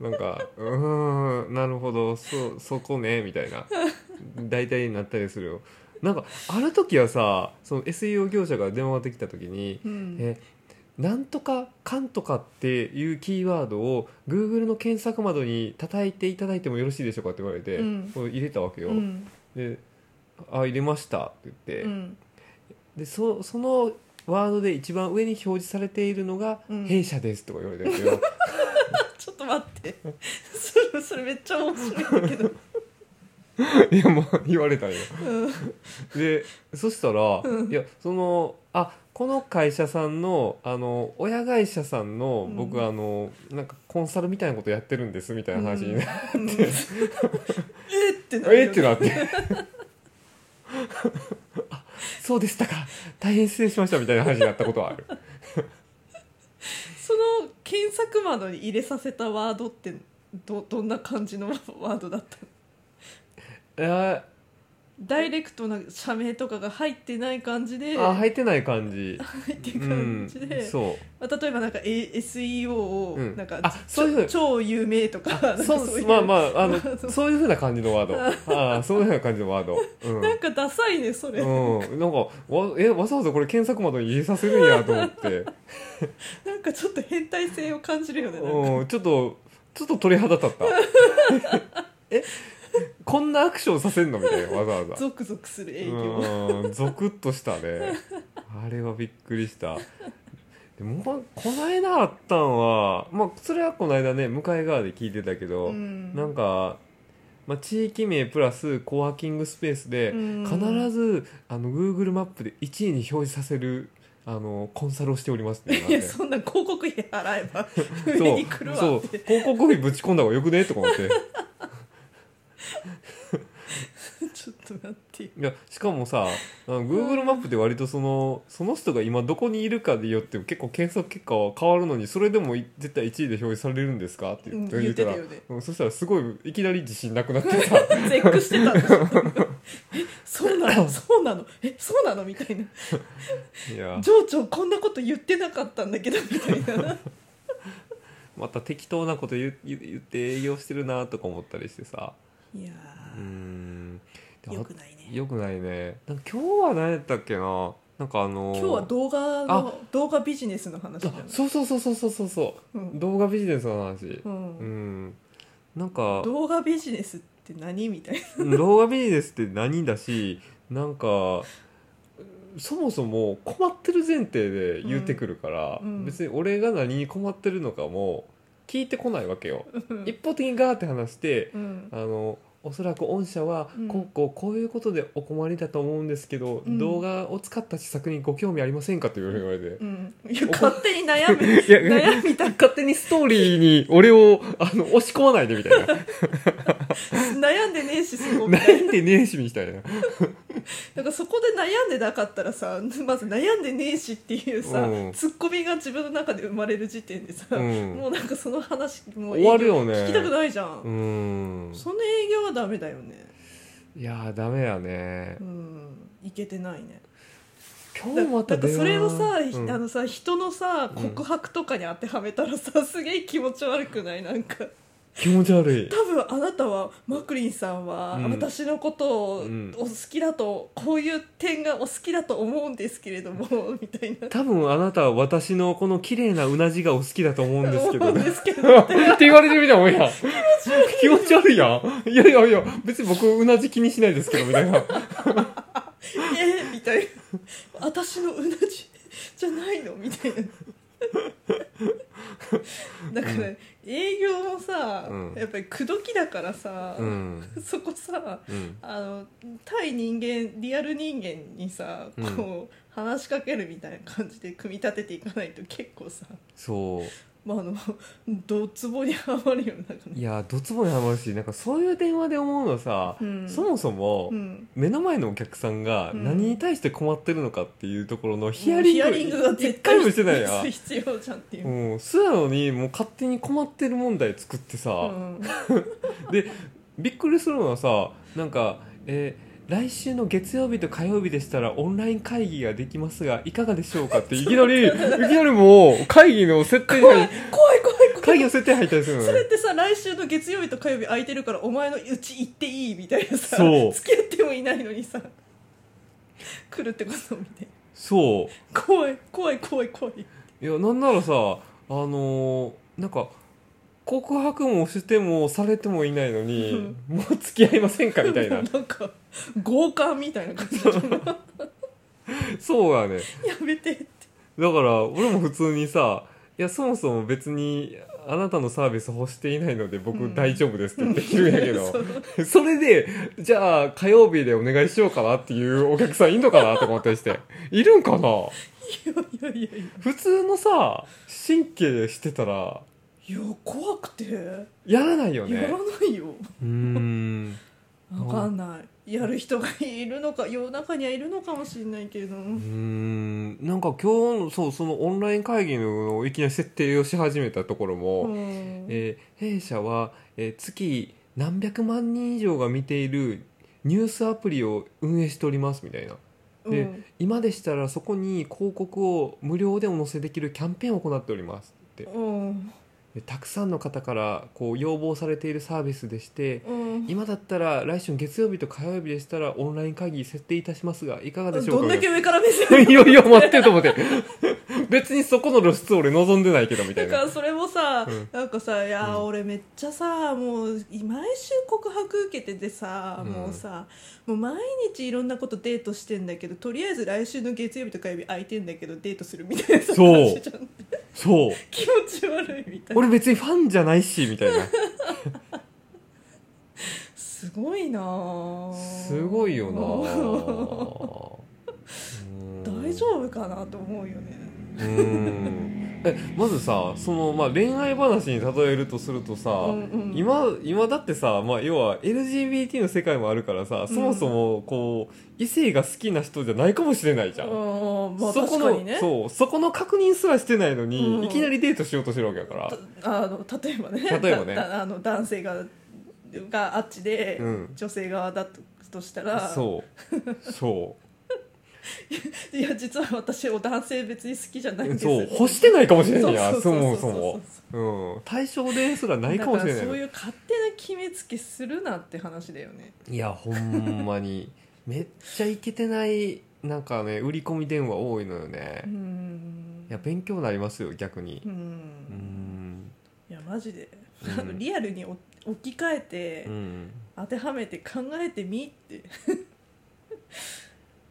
[SPEAKER 1] なんかうーんなるほどそそこねみたいな大体になったりするよなんかある時はさその SEO 業者から電話ができた時に
[SPEAKER 2] うん、
[SPEAKER 1] えなんとかかんとかっていうキーワードを Google の検索窓に叩いていただいてもよろしいでしょうかって言われて、
[SPEAKER 2] うん
[SPEAKER 1] これ入れたわけよ、
[SPEAKER 2] うん
[SPEAKER 1] で「あ入れました」って言って、
[SPEAKER 2] うん
[SPEAKER 1] でそそのワードで一番上に表示されているのが「
[SPEAKER 2] うん
[SPEAKER 1] 弊社です」とか言われてるけ ど
[SPEAKER 2] ちょっと待ってそれそれめっちゃ面白いんだけど、
[SPEAKER 1] いやもう言われたんよ
[SPEAKER 2] うん
[SPEAKER 1] でそしたら、
[SPEAKER 2] うん
[SPEAKER 1] いやそのあこの会社さんのあの親会社さんの
[SPEAKER 2] うん
[SPEAKER 1] 僕、あのなんかコンサルみたいなことやってるんですみたいな話になって
[SPEAKER 2] うん、えってなる
[SPEAKER 1] えっってなって あそうでしたか大変失礼しましたみたいな話になったことはあ る
[SPEAKER 2] その検索窓に入れさせたワードってどどんな感じのワードだったの
[SPEAKER 1] あ
[SPEAKER 2] ダイレクトな社名とかが入ってない感じで
[SPEAKER 1] あ入ってない感じ
[SPEAKER 2] 入ってる感じで、
[SPEAKER 1] うん、そ
[SPEAKER 2] まあ、例えばなんか A- SEO を
[SPEAKER 1] うん
[SPEAKER 2] なんか、
[SPEAKER 1] あそういうふう
[SPEAKER 2] 超有名とかなん
[SPEAKER 1] う
[SPEAKER 2] か
[SPEAKER 1] そう
[SPEAKER 2] そういう
[SPEAKER 1] まあまああの
[SPEAKER 2] ワード
[SPEAKER 1] そういうふうな感じのワー ドああそういうふうな感じのワードうん
[SPEAKER 2] なんかダサいねそれ、
[SPEAKER 1] うん、なんかわえわざわざこれ検索窓に入れさせるんやと思って、
[SPEAKER 2] なんかちょっと変態性を感じるよねなんか
[SPEAKER 1] うん、ちょっとちょっと鳥肌立った えこんなアクションさせんのみたいなわざわざ
[SPEAKER 2] ゾクゾクする営業、
[SPEAKER 1] うんゾクッとしたねあれはびっくりしたでもここの間あったんはまあそれはこの間ね向かい側で聞いてたけど、
[SPEAKER 2] うん
[SPEAKER 1] なんか、まあ、地域名プラスコワーキングスペースで
[SPEAKER 2] うん
[SPEAKER 1] 必ずあの Google マップで1位に表示させるあのコンサルをしておりますって言わ
[SPEAKER 2] い
[SPEAKER 1] れ
[SPEAKER 2] や
[SPEAKER 1] て
[SPEAKER 2] そんな広告費払え ば
[SPEAKER 1] そう
[SPEAKER 2] 上に来るわっ
[SPEAKER 1] そう
[SPEAKER 2] て
[SPEAKER 1] 広告費ぶち込んだ方がよくねとか思ってい
[SPEAKER 2] ちょっと待ってよ
[SPEAKER 1] やしかもさあの Google マップで割とそのその人が今どこにいるかによっても結構検索結果は変わるのにそれでもい絶対1位で表示されるんですかって言って,、
[SPEAKER 2] うん言ってた
[SPEAKER 1] ら
[SPEAKER 2] よね
[SPEAKER 1] うんそしたらすごいいきなり自信なくなってさ
[SPEAKER 2] 絶句してたんですよ えそうなのそうなのえそうなのみたいない
[SPEAKER 1] や
[SPEAKER 2] 情緒こんなこと言ってなかったんだけどみ たいな
[SPEAKER 1] また適当なこと言う言言って営業してるなとか思ったりしてさ
[SPEAKER 2] いや
[SPEAKER 1] うーん
[SPEAKER 2] ーよくないね
[SPEAKER 1] よくないねなんか今日は何やったっけななんかあのー
[SPEAKER 2] 今日は動画の動画ビジネスの話じゃな
[SPEAKER 1] あ
[SPEAKER 2] い
[SPEAKER 1] そうそうそうそうそうそうそう、
[SPEAKER 2] うん
[SPEAKER 1] 動画ビジネスの話
[SPEAKER 2] う
[SPEAKER 1] うんんなんか
[SPEAKER 2] 動画ビジネスって何みたいな
[SPEAKER 1] 動画ビジネスって何だしなんかそもそも困ってる前提で言ってくるから、
[SPEAKER 2] うんうん
[SPEAKER 1] 別に俺が何に困ってるのかも聞いてこないわけよ、 一方的にガーって話して
[SPEAKER 2] うん
[SPEAKER 1] あのおそらく御社は
[SPEAKER 2] うん
[SPEAKER 1] こうこうこういうことでお困りだと思うんですけど、
[SPEAKER 2] うん
[SPEAKER 1] 動画を使った施策にご興味ありませんかって言われて、
[SPEAKER 2] うんいや勝手に悩め
[SPEAKER 1] いや
[SPEAKER 2] 悩みた
[SPEAKER 1] 勝手にストーリーに俺をあの押し込まない でみたいな
[SPEAKER 2] 悩んでねえしそこみたい
[SPEAKER 1] 悩んでねえしみたいな
[SPEAKER 2] だからそこで悩んでなかったらさ まず悩んでねえしっていうさ、
[SPEAKER 1] うん
[SPEAKER 2] ツッコミが自分の中で生まれる時点でさ、
[SPEAKER 1] うん
[SPEAKER 2] もうなんかその話もう
[SPEAKER 1] 終わるよね
[SPEAKER 2] 聞きたくないじゃん、
[SPEAKER 1] うん
[SPEAKER 2] その営業はダメだよね
[SPEAKER 1] いやーダメやね
[SPEAKER 2] うんいけてないね
[SPEAKER 1] 今
[SPEAKER 2] だ
[SPEAKER 1] 日また
[SPEAKER 2] だから
[SPEAKER 1] 電話
[SPEAKER 2] それをさ、
[SPEAKER 1] うん
[SPEAKER 2] あのさ人のさ
[SPEAKER 1] うん
[SPEAKER 2] 告白とかに当てはめたらさすげえ気持ち悪くないなんか
[SPEAKER 1] 気持ち悪い
[SPEAKER 2] 多分あなたはマクリンさんは
[SPEAKER 1] うん
[SPEAKER 2] 私のことを
[SPEAKER 1] うん
[SPEAKER 2] お好きだと、こういう点がお好きだと思うんですけれどもみたいな
[SPEAKER 1] 多分あなたは私のこの綺麗なうなじがお好きだと思うんですけ
[SPEAKER 2] 思
[SPEAKER 1] ど
[SPEAKER 2] うん
[SPEAKER 1] ね
[SPEAKER 2] ですけど
[SPEAKER 1] って言われてるみたいなもんや気持ち悪いやんいやいやいや別に僕うなじ気にしないですけどみたいな
[SPEAKER 2] えーみたいな私のうなじじゃないのみたいなだから、営業もさ、
[SPEAKER 1] うん
[SPEAKER 2] やっぱり口説きだからさ、
[SPEAKER 1] うん
[SPEAKER 2] そこさ
[SPEAKER 1] うん
[SPEAKER 2] あの対人間リアル人間にさ
[SPEAKER 1] うん
[SPEAKER 2] こう、話しかけるみたいな感じで組み立てていかないと結構さ
[SPEAKER 1] そう
[SPEAKER 2] まああのどつぼにはまるよねなんか
[SPEAKER 1] い
[SPEAKER 2] ね
[SPEAKER 1] やどつぼにはまるしなんかそういう電話で思うのさ、
[SPEAKER 2] うん
[SPEAKER 1] そもそも、
[SPEAKER 2] うん
[SPEAKER 1] 目の前のお客さんが
[SPEAKER 2] うん
[SPEAKER 1] 何に対して困ってるのかっていうところのヒアリング,、
[SPEAKER 2] もうヒアリングが絶
[SPEAKER 1] 一回
[SPEAKER 2] 対
[SPEAKER 1] もしてないやん
[SPEAKER 2] 必要じゃんっていう、
[SPEAKER 1] うん、そうやのにもう勝手に困ってる問題作って
[SPEAKER 2] う
[SPEAKER 1] さ、
[SPEAKER 2] ん
[SPEAKER 1] でびっくりするのはさなんかえー来週の月曜日と火曜日でしたらオンライン会議ができますがいかがでしょうかっていきな りいきなりもう会議の設定に入り
[SPEAKER 2] 怖い怖い怖い
[SPEAKER 1] 会議の設定に入ったりするの
[SPEAKER 2] それっ
[SPEAKER 1] ね
[SPEAKER 2] てさ来週の月曜日と火曜日空いてるからお前のうち行っていいみたいなさ
[SPEAKER 1] そう
[SPEAKER 2] 付き合ってもいないのにさ来るってことみたい
[SPEAKER 1] そう
[SPEAKER 2] な怖い怖い怖い怖い
[SPEAKER 1] いやなんならさあのーなんか告白もしてもされてもいないのに、もう付き合いませんかみたい な
[SPEAKER 2] なんか強姦みたいな感じで
[SPEAKER 1] そうやね
[SPEAKER 2] やめてっ
[SPEAKER 1] だ
[SPEAKER 2] て
[SPEAKER 1] から俺も普通にさいやそもそも別にあなたのサービス欲していないので
[SPEAKER 2] う
[SPEAKER 1] 僕
[SPEAKER 2] ん
[SPEAKER 1] 大丈夫ですって言ってきるんやけ
[SPEAKER 2] そ
[SPEAKER 1] ど、
[SPEAKER 2] う
[SPEAKER 1] それでじゃあ火曜日でお願いしようかなっていうお客さんいんのかなとか思ったりしているんかない
[SPEAKER 2] やいやいやい
[SPEAKER 1] 普通のさ神経してたら
[SPEAKER 2] やいや怖くて、
[SPEAKER 1] やらないよ
[SPEAKER 2] や
[SPEAKER 1] ね
[SPEAKER 2] らないよ
[SPEAKER 1] うーん
[SPEAKER 2] わかんないやる人がいるのか世の中にはいるのかもしれないけれど
[SPEAKER 1] う
[SPEAKER 2] も
[SPEAKER 1] ーんなんか今日のそうそのオンライン会議のいきなり設定をし始めたところも、
[SPEAKER 2] うん
[SPEAKER 1] えー弊社は、えー月何百万人以上が見ているニュースアプリを運営しておりますみたいな
[SPEAKER 2] う
[SPEAKER 1] で
[SPEAKER 2] ん
[SPEAKER 1] 今でしたらそこに広告を無料でお載せできるキャンペーンを行っておりますって
[SPEAKER 2] うん
[SPEAKER 1] でたくさんの方からこう要望されているサービスでして
[SPEAKER 2] うん
[SPEAKER 1] 今だったら来週の月曜日と火曜日でしたらオンライン会議設定いたしますがいかがでしょう
[SPEAKER 2] ど
[SPEAKER 1] か
[SPEAKER 2] んだけ上から 目線
[SPEAKER 1] いやいや待ってると思って別にそこの露出俺望んでないけどみた
[SPEAKER 2] だ
[SPEAKER 1] い
[SPEAKER 2] か
[SPEAKER 1] な
[SPEAKER 2] らそれもさ、
[SPEAKER 1] うん
[SPEAKER 2] なんかさ「いやー、
[SPEAKER 1] うん
[SPEAKER 2] 俺めっちゃさもう毎週告白受けててさ、
[SPEAKER 1] うん
[SPEAKER 2] もうさもう毎日いろんなことデートしてんだけどとりあえず来週の月曜日と火曜日空いてんだけどデートするみたいなさ
[SPEAKER 1] そう
[SPEAKER 2] 感じじゃん
[SPEAKER 1] そう
[SPEAKER 2] 気持ち悪いみたいな
[SPEAKER 1] 俺別にファンじゃないしみたいな
[SPEAKER 2] すごいなあ
[SPEAKER 1] すごいよな
[SPEAKER 2] 大丈夫かなと思うよね
[SPEAKER 1] 夫うんえまずさその、まあ、恋愛話に例えるとするとさ、
[SPEAKER 2] うんうん
[SPEAKER 1] 今今だってさ、まあ、要は LGBT の世界もあるからさそもそもこう、異性が好きな人じゃないかもしれないじゃん、
[SPEAKER 2] うんまあ
[SPEAKER 1] そこ
[SPEAKER 2] 確
[SPEAKER 1] の
[SPEAKER 2] かにね
[SPEAKER 1] そうそこの確認すらしてないのに、
[SPEAKER 2] うん
[SPEAKER 1] いきなりデートしようとしてるわけだから
[SPEAKER 2] あの例えばね
[SPEAKER 1] 例えばね
[SPEAKER 2] だ だあの男性ががあっちで、
[SPEAKER 1] うん
[SPEAKER 2] 女性側だとしたら
[SPEAKER 1] そうそ
[SPEAKER 2] いや実は私お男性別に好きじゃないん
[SPEAKER 1] う
[SPEAKER 2] です
[SPEAKER 1] そう欲してないかもしれないや
[SPEAKER 2] そう
[SPEAKER 1] そ
[SPEAKER 2] そうそう
[SPEAKER 1] も
[SPEAKER 2] そ
[SPEAKER 1] そうもうん対象ですらない
[SPEAKER 2] だ
[SPEAKER 1] かも
[SPEAKER 2] から
[SPEAKER 1] しれない
[SPEAKER 2] そ
[SPEAKER 1] の
[SPEAKER 2] ういう勝手な決めつけするなって話だよね
[SPEAKER 1] いやほんまにめっちゃイケてないなんかね売り込み電話多いのよね
[SPEAKER 2] うーん
[SPEAKER 1] いや勉強になりますよ逆に
[SPEAKER 2] うー
[SPEAKER 1] うんん
[SPEAKER 2] いやマジで、
[SPEAKER 1] うん
[SPEAKER 2] あの リアルにお置き換えて、
[SPEAKER 1] うん
[SPEAKER 2] 当てはめて考えてみって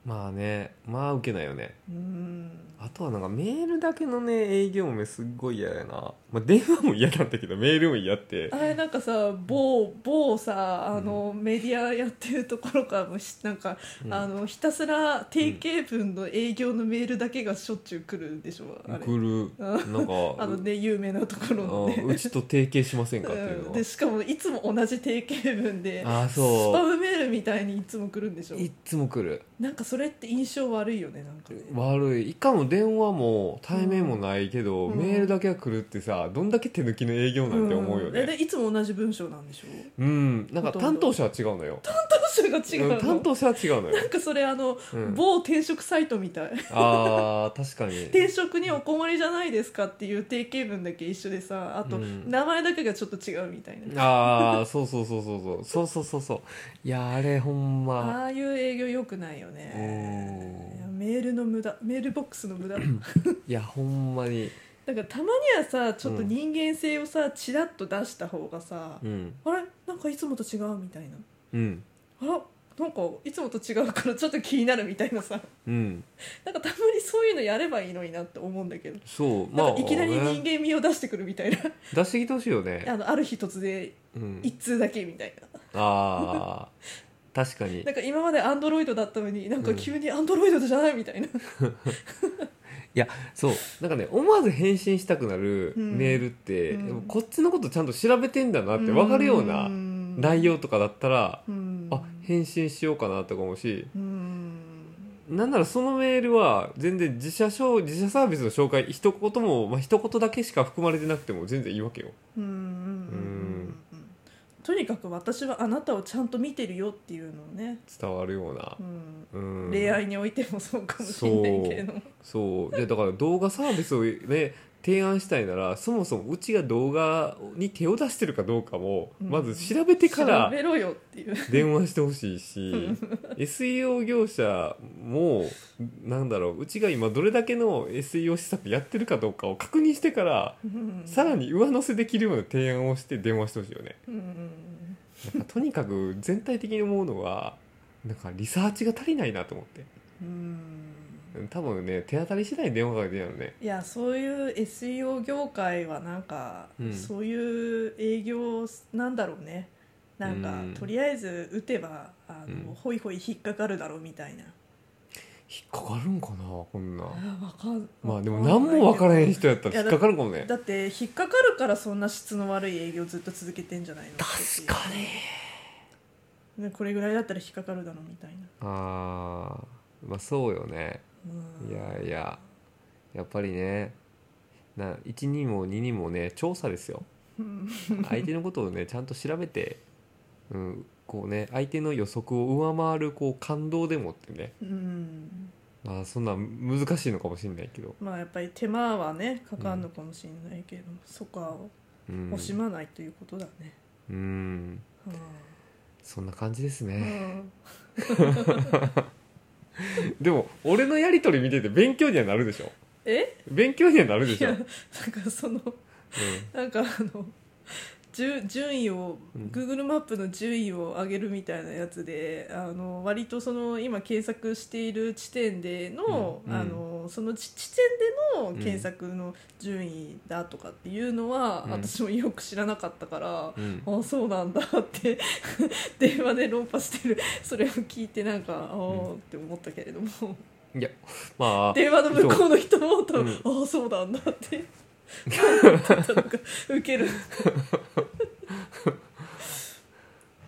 [SPEAKER 1] まあねまあ受けないよね
[SPEAKER 2] うーん
[SPEAKER 1] あとはなんかメールだけのね営業もすっごい嫌やな、まあ、電話も嫌なんだけどメールも嫌って
[SPEAKER 2] あれなんかさ某某さあの、メディアやってるところからもしなんか、
[SPEAKER 1] うん
[SPEAKER 2] あのひたすら定型文の営業のメールだけがしょっちゅう来るでしょあれ
[SPEAKER 1] 送る
[SPEAKER 2] あ
[SPEAKER 1] なんか
[SPEAKER 2] あのね有名なところの
[SPEAKER 1] う
[SPEAKER 2] ね
[SPEAKER 1] んうちと提携しませんかっていううの
[SPEAKER 2] ん
[SPEAKER 1] は
[SPEAKER 2] でしかもいつも同じ定型文で
[SPEAKER 1] あー
[SPEAKER 2] スパ
[SPEAKER 1] そ
[SPEAKER 2] ムメールみたいにいつも来るんでしょ
[SPEAKER 1] ういっつも来る
[SPEAKER 2] なんかそれって印象悪いよねなんかね
[SPEAKER 1] 悪い以下も電話も対面もないけど、
[SPEAKER 2] うん
[SPEAKER 1] メールだけは来るってさどんだけ手抜きの営業なんて思うよ
[SPEAKER 2] んで
[SPEAKER 1] ね
[SPEAKER 2] でいつも同じ文章なんでしょ
[SPEAKER 1] うん、なんか担当者は違うのよ
[SPEAKER 2] 文章が違
[SPEAKER 1] うん
[SPEAKER 2] うの
[SPEAKER 1] 担当者は違うのよ
[SPEAKER 2] なんかそれあの、
[SPEAKER 1] うん
[SPEAKER 2] 某転職サイトみたい
[SPEAKER 1] あー確かに
[SPEAKER 2] 転職にお困りじゃないですかっていう定型文だけ一緒でさあと、
[SPEAKER 1] うん
[SPEAKER 2] 名前だけがちょっと違うみたいな
[SPEAKER 1] ああそうそうそうそうそうそうそうそうそういやあれほんま
[SPEAKER 2] ああいう営業良くないよ
[SPEAKER 1] う
[SPEAKER 2] ね
[SPEAKER 1] ん
[SPEAKER 2] いやメールの無駄メールボックスの 無駄だ
[SPEAKER 1] いやほんまに
[SPEAKER 2] からたまにはさちょっと人間性をさチラッと出した方がさ、
[SPEAKER 1] うん
[SPEAKER 2] あれなんかいつもと違うみたいな
[SPEAKER 1] うん
[SPEAKER 2] あらなんかいつもと違うから ちょっと気になるみたいなさ
[SPEAKER 1] うん
[SPEAKER 2] なんかたまにそういうのやればいいのになって思うんだけど、
[SPEAKER 1] そう
[SPEAKER 2] なんかいきなり
[SPEAKER 1] ね
[SPEAKER 2] 人間味を出してくる みたいな
[SPEAKER 1] 出してきてほしいよね
[SPEAKER 2] あのある日突然
[SPEAKER 1] うん
[SPEAKER 2] 一通だけみたいな
[SPEAKER 1] ああ確か に
[SPEAKER 2] なんか今までアンドロイドだったのになん
[SPEAKER 1] う
[SPEAKER 2] か
[SPEAKER 1] ん
[SPEAKER 2] 急にアンドロイドじゃないみたいな、
[SPEAKER 1] そうなんかね思わず返信したくなる
[SPEAKER 2] うん
[SPEAKER 1] メールって、
[SPEAKER 2] うん
[SPEAKER 1] やっぱこっちのことちゃんと調べてんだなって分かるような内容とかだったら、
[SPEAKER 2] うん
[SPEAKER 1] あ返信しようかなとか思うし
[SPEAKER 2] うん
[SPEAKER 1] なんならそのメールは全然自社商自社サービスの紹介一言も、まあ、一言だけしか含まれてなくても全然いいわけよ
[SPEAKER 2] うんうんうんうんうんとにかく私はあなたをちゃんと見てるよっていうのをね、
[SPEAKER 1] 伝わるような
[SPEAKER 2] う、ん
[SPEAKER 1] うん、
[SPEAKER 2] 恋愛においてもそうかもしれないけれども
[SPEAKER 1] そうでだから動画サービスをね提案したいならそもそもうちが動画に手を出してるかどうかも、
[SPEAKER 2] うん
[SPEAKER 1] まず調べてから
[SPEAKER 2] 調べろよっていう
[SPEAKER 1] 電話してほしいし SEO 業者もなんだろううちが今どれだけの SEO 施策やってるかどうかを確認してからさらに上乗せできるような提案をして電話してほしいよね
[SPEAKER 2] うんうん
[SPEAKER 1] なんかとにかく全体的に思うのはなんかリサーチが足りないなと思って
[SPEAKER 2] うんうん
[SPEAKER 1] 多分ね手当たり次第電話が出るのね
[SPEAKER 2] いやそういう SEO 業界はなんか、
[SPEAKER 1] うん
[SPEAKER 2] そういう営業なんだろうねなんか、
[SPEAKER 1] うん
[SPEAKER 2] とりあえず打てばあの、
[SPEAKER 1] うん
[SPEAKER 2] ホイホイ引っかかるだろうみたいな
[SPEAKER 1] 引っかかるんかなこんな
[SPEAKER 2] あわかん
[SPEAKER 1] まあでも何も分からへん人やったら引っかかるかもね
[SPEAKER 2] だって引っかかるからそんな質の悪い営業ずっと続けてんじゃないの
[SPEAKER 1] 確かに
[SPEAKER 2] ねこれぐらいだったら引っかかるだろうみたいな
[SPEAKER 1] ああまあそうよね
[SPEAKER 2] うん
[SPEAKER 1] いやいややっぱりねな1にも2にもね調査です よ
[SPEAKER 2] うん
[SPEAKER 1] 相手のことをねちゃんと調べて、うん、こうね相手の予測を上回るこう感動でもってね
[SPEAKER 2] うん
[SPEAKER 1] まあそんな難しいのかもしれないけど、
[SPEAKER 2] まあやっぱり手間はねかかるのかもしれないけれども、そこは
[SPEAKER 1] うん
[SPEAKER 2] 惜しまないということだね、
[SPEAKER 1] うん
[SPEAKER 2] うん
[SPEAKER 1] そんな感じです
[SPEAKER 2] う
[SPEAKER 1] ね、
[SPEAKER 2] ん
[SPEAKER 1] でも俺のやり取り見てて勉強にはなるでしょ
[SPEAKER 2] え
[SPEAKER 1] 勉強にはなるで
[SPEAKER 2] い
[SPEAKER 1] しょ、
[SPEAKER 2] や
[SPEAKER 1] う
[SPEAKER 2] なんんかそのなんかあの順順位を、
[SPEAKER 1] うん
[SPEAKER 2] Google マップの順位を上げるみたいなやつであの割とその今検索している地点での,、
[SPEAKER 1] うんうん
[SPEAKER 2] あのその地地点での検索の順位だとかっていうのは、
[SPEAKER 1] うん
[SPEAKER 2] 私もよく知らなかったから、
[SPEAKER 1] うん
[SPEAKER 2] あそうなんだって 電話で論破してるそれを聞いてなんかああって思ったけれども
[SPEAKER 1] いやまあ
[SPEAKER 2] 電話の向こうの人も多分、
[SPEAKER 1] う
[SPEAKER 2] ああそうなんだって 思ってたのがウケる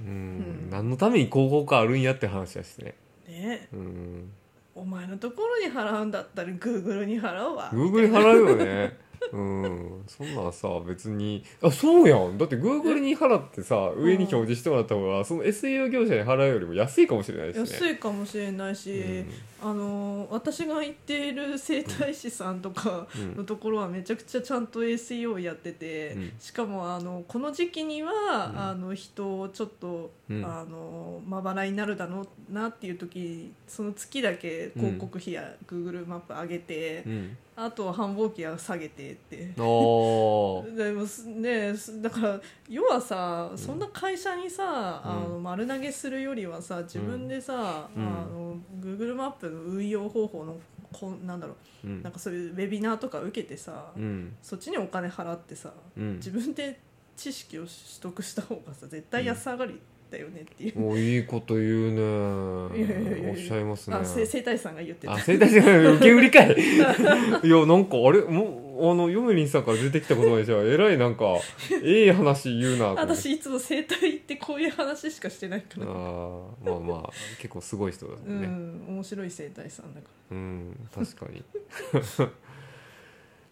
[SPEAKER 1] うん、
[SPEAKER 2] うん
[SPEAKER 1] 何のために広告あるんやって話だしね
[SPEAKER 2] ね
[SPEAKER 1] うん
[SPEAKER 2] お前のところに払うんだったらグーグルに払うわ
[SPEAKER 1] グーグル払うよねうんそんなんさ別にあそうやんだってグーグルに払ってさ
[SPEAKER 2] ん
[SPEAKER 1] 上に表示してもらった方がその SEO 業者に払うよりも安いかもしれないです
[SPEAKER 2] 安
[SPEAKER 1] ね
[SPEAKER 2] いかもしれないし、あの私が行っている整体師さんとか
[SPEAKER 1] うんうん
[SPEAKER 2] のところはめちゃくちゃちゃんと SEO やってて、
[SPEAKER 1] うん
[SPEAKER 2] しかもあのこの時期には、
[SPEAKER 1] うん
[SPEAKER 2] あの人をちょっと、
[SPEAKER 1] うん
[SPEAKER 2] あのまばらになるだろうなっていう時その月だけ広告費や Google マップ上げて、
[SPEAKER 1] うん
[SPEAKER 2] あとは繁忙期は下げてって。
[SPEAKER 1] あー
[SPEAKER 2] でもすねすだから要はさそんな会社にさ、
[SPEAKER 1] うん
[SPEAKER 2] あの丸投げするよりはさ自分でさ、
[SPEAKER 1] うん
[SPEAKER 2] あの Google マップの運用方法のこうなんだろ
[SPEAKER 1] う
[SPEAKER 2] うんなんかそういうウェビナーとか受けてさ、
[SPEAKER 1] うん
[SPEAKER 2] そっちにお金払ってさ
[SPEAKER 1] うん
[SPEAKER 2] 自分で知識を取得した方がさ絶対安上がりだよねっていう、
[SPEAKER 1] おいいこと言うね
[SPEAKER 2] いやいやいや
[SPEAKER 1] おっしゃいますね
[SPEAKER 2] あせ生体師さんが言ってた
[SPEAKER 1] あ生態師の受け売り かいいやなんかあれもうあのヨメリンさんから出てきた言葉でしょえらい なんかええ話言うなと思って
[SPEAKER 2] 私いつも生体ってこういう話しかしてないか
[SPEAKER 1] あ
[SPEAKER 2] ら、
[SPEAKER 1] ーまあまあ結構すごい人だも
[SPEAKER 2] うん
[SPEAKER 1] ね、
[SPEAKER 2] ん面白い生体師さんだか
[SPEAKER 1] うん確かに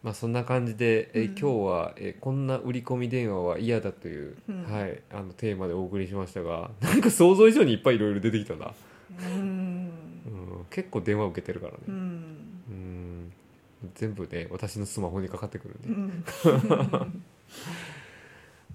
[SPEAKER 1] まあそんな感じで、え
[SPEAKER 2] う
[SPEAKER 1] 今
[SPEAKER 2] ん
[SPEAKER 1] 日はえ「こんな売り込み電話は嫌だ」という、
[SPEAKER 2] うん
[SPEAKER 1] はい、あのテーマでお送りしましたがなんか想像以上にいっぱいいろいろ出てきたな、
[SPEAKER 2] らうん
[SPEAKER 1] うん、結構電話受けてるからね
[SPEAKER 2] う、ん
[SPEAKER 1] うん、全部ね私のスマホにかかってくるね、
[SPEAKER 2] うん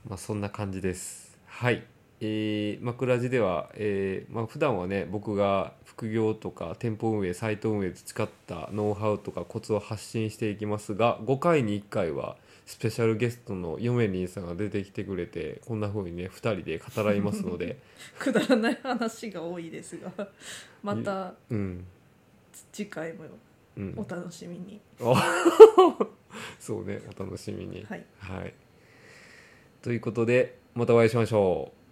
[SPEAKER 1] まあ、そんな感じですはいえー、枕地では、えーまあ普段はね僕が副業とか店舗運営サイト運営で培ったノウハウとかコツを発信していきますが5回に1回はスペシャルゲストのヨメリンさんが出てきてくれてこんな風にね2人で語らいますの で
[SPEAKER 2] くだらない話が多いですがまた
[SPEAKER 1] うん
[SPEAKER 2] 次回も
[SPEAKER 1] うん
[SPEAKER 2] お楽しみに、
[SPEAKER 1] そうねお楽しみに
[SPEAKER 2] はい
[SPEAKER 1] はい、ということでまたお会いしましょう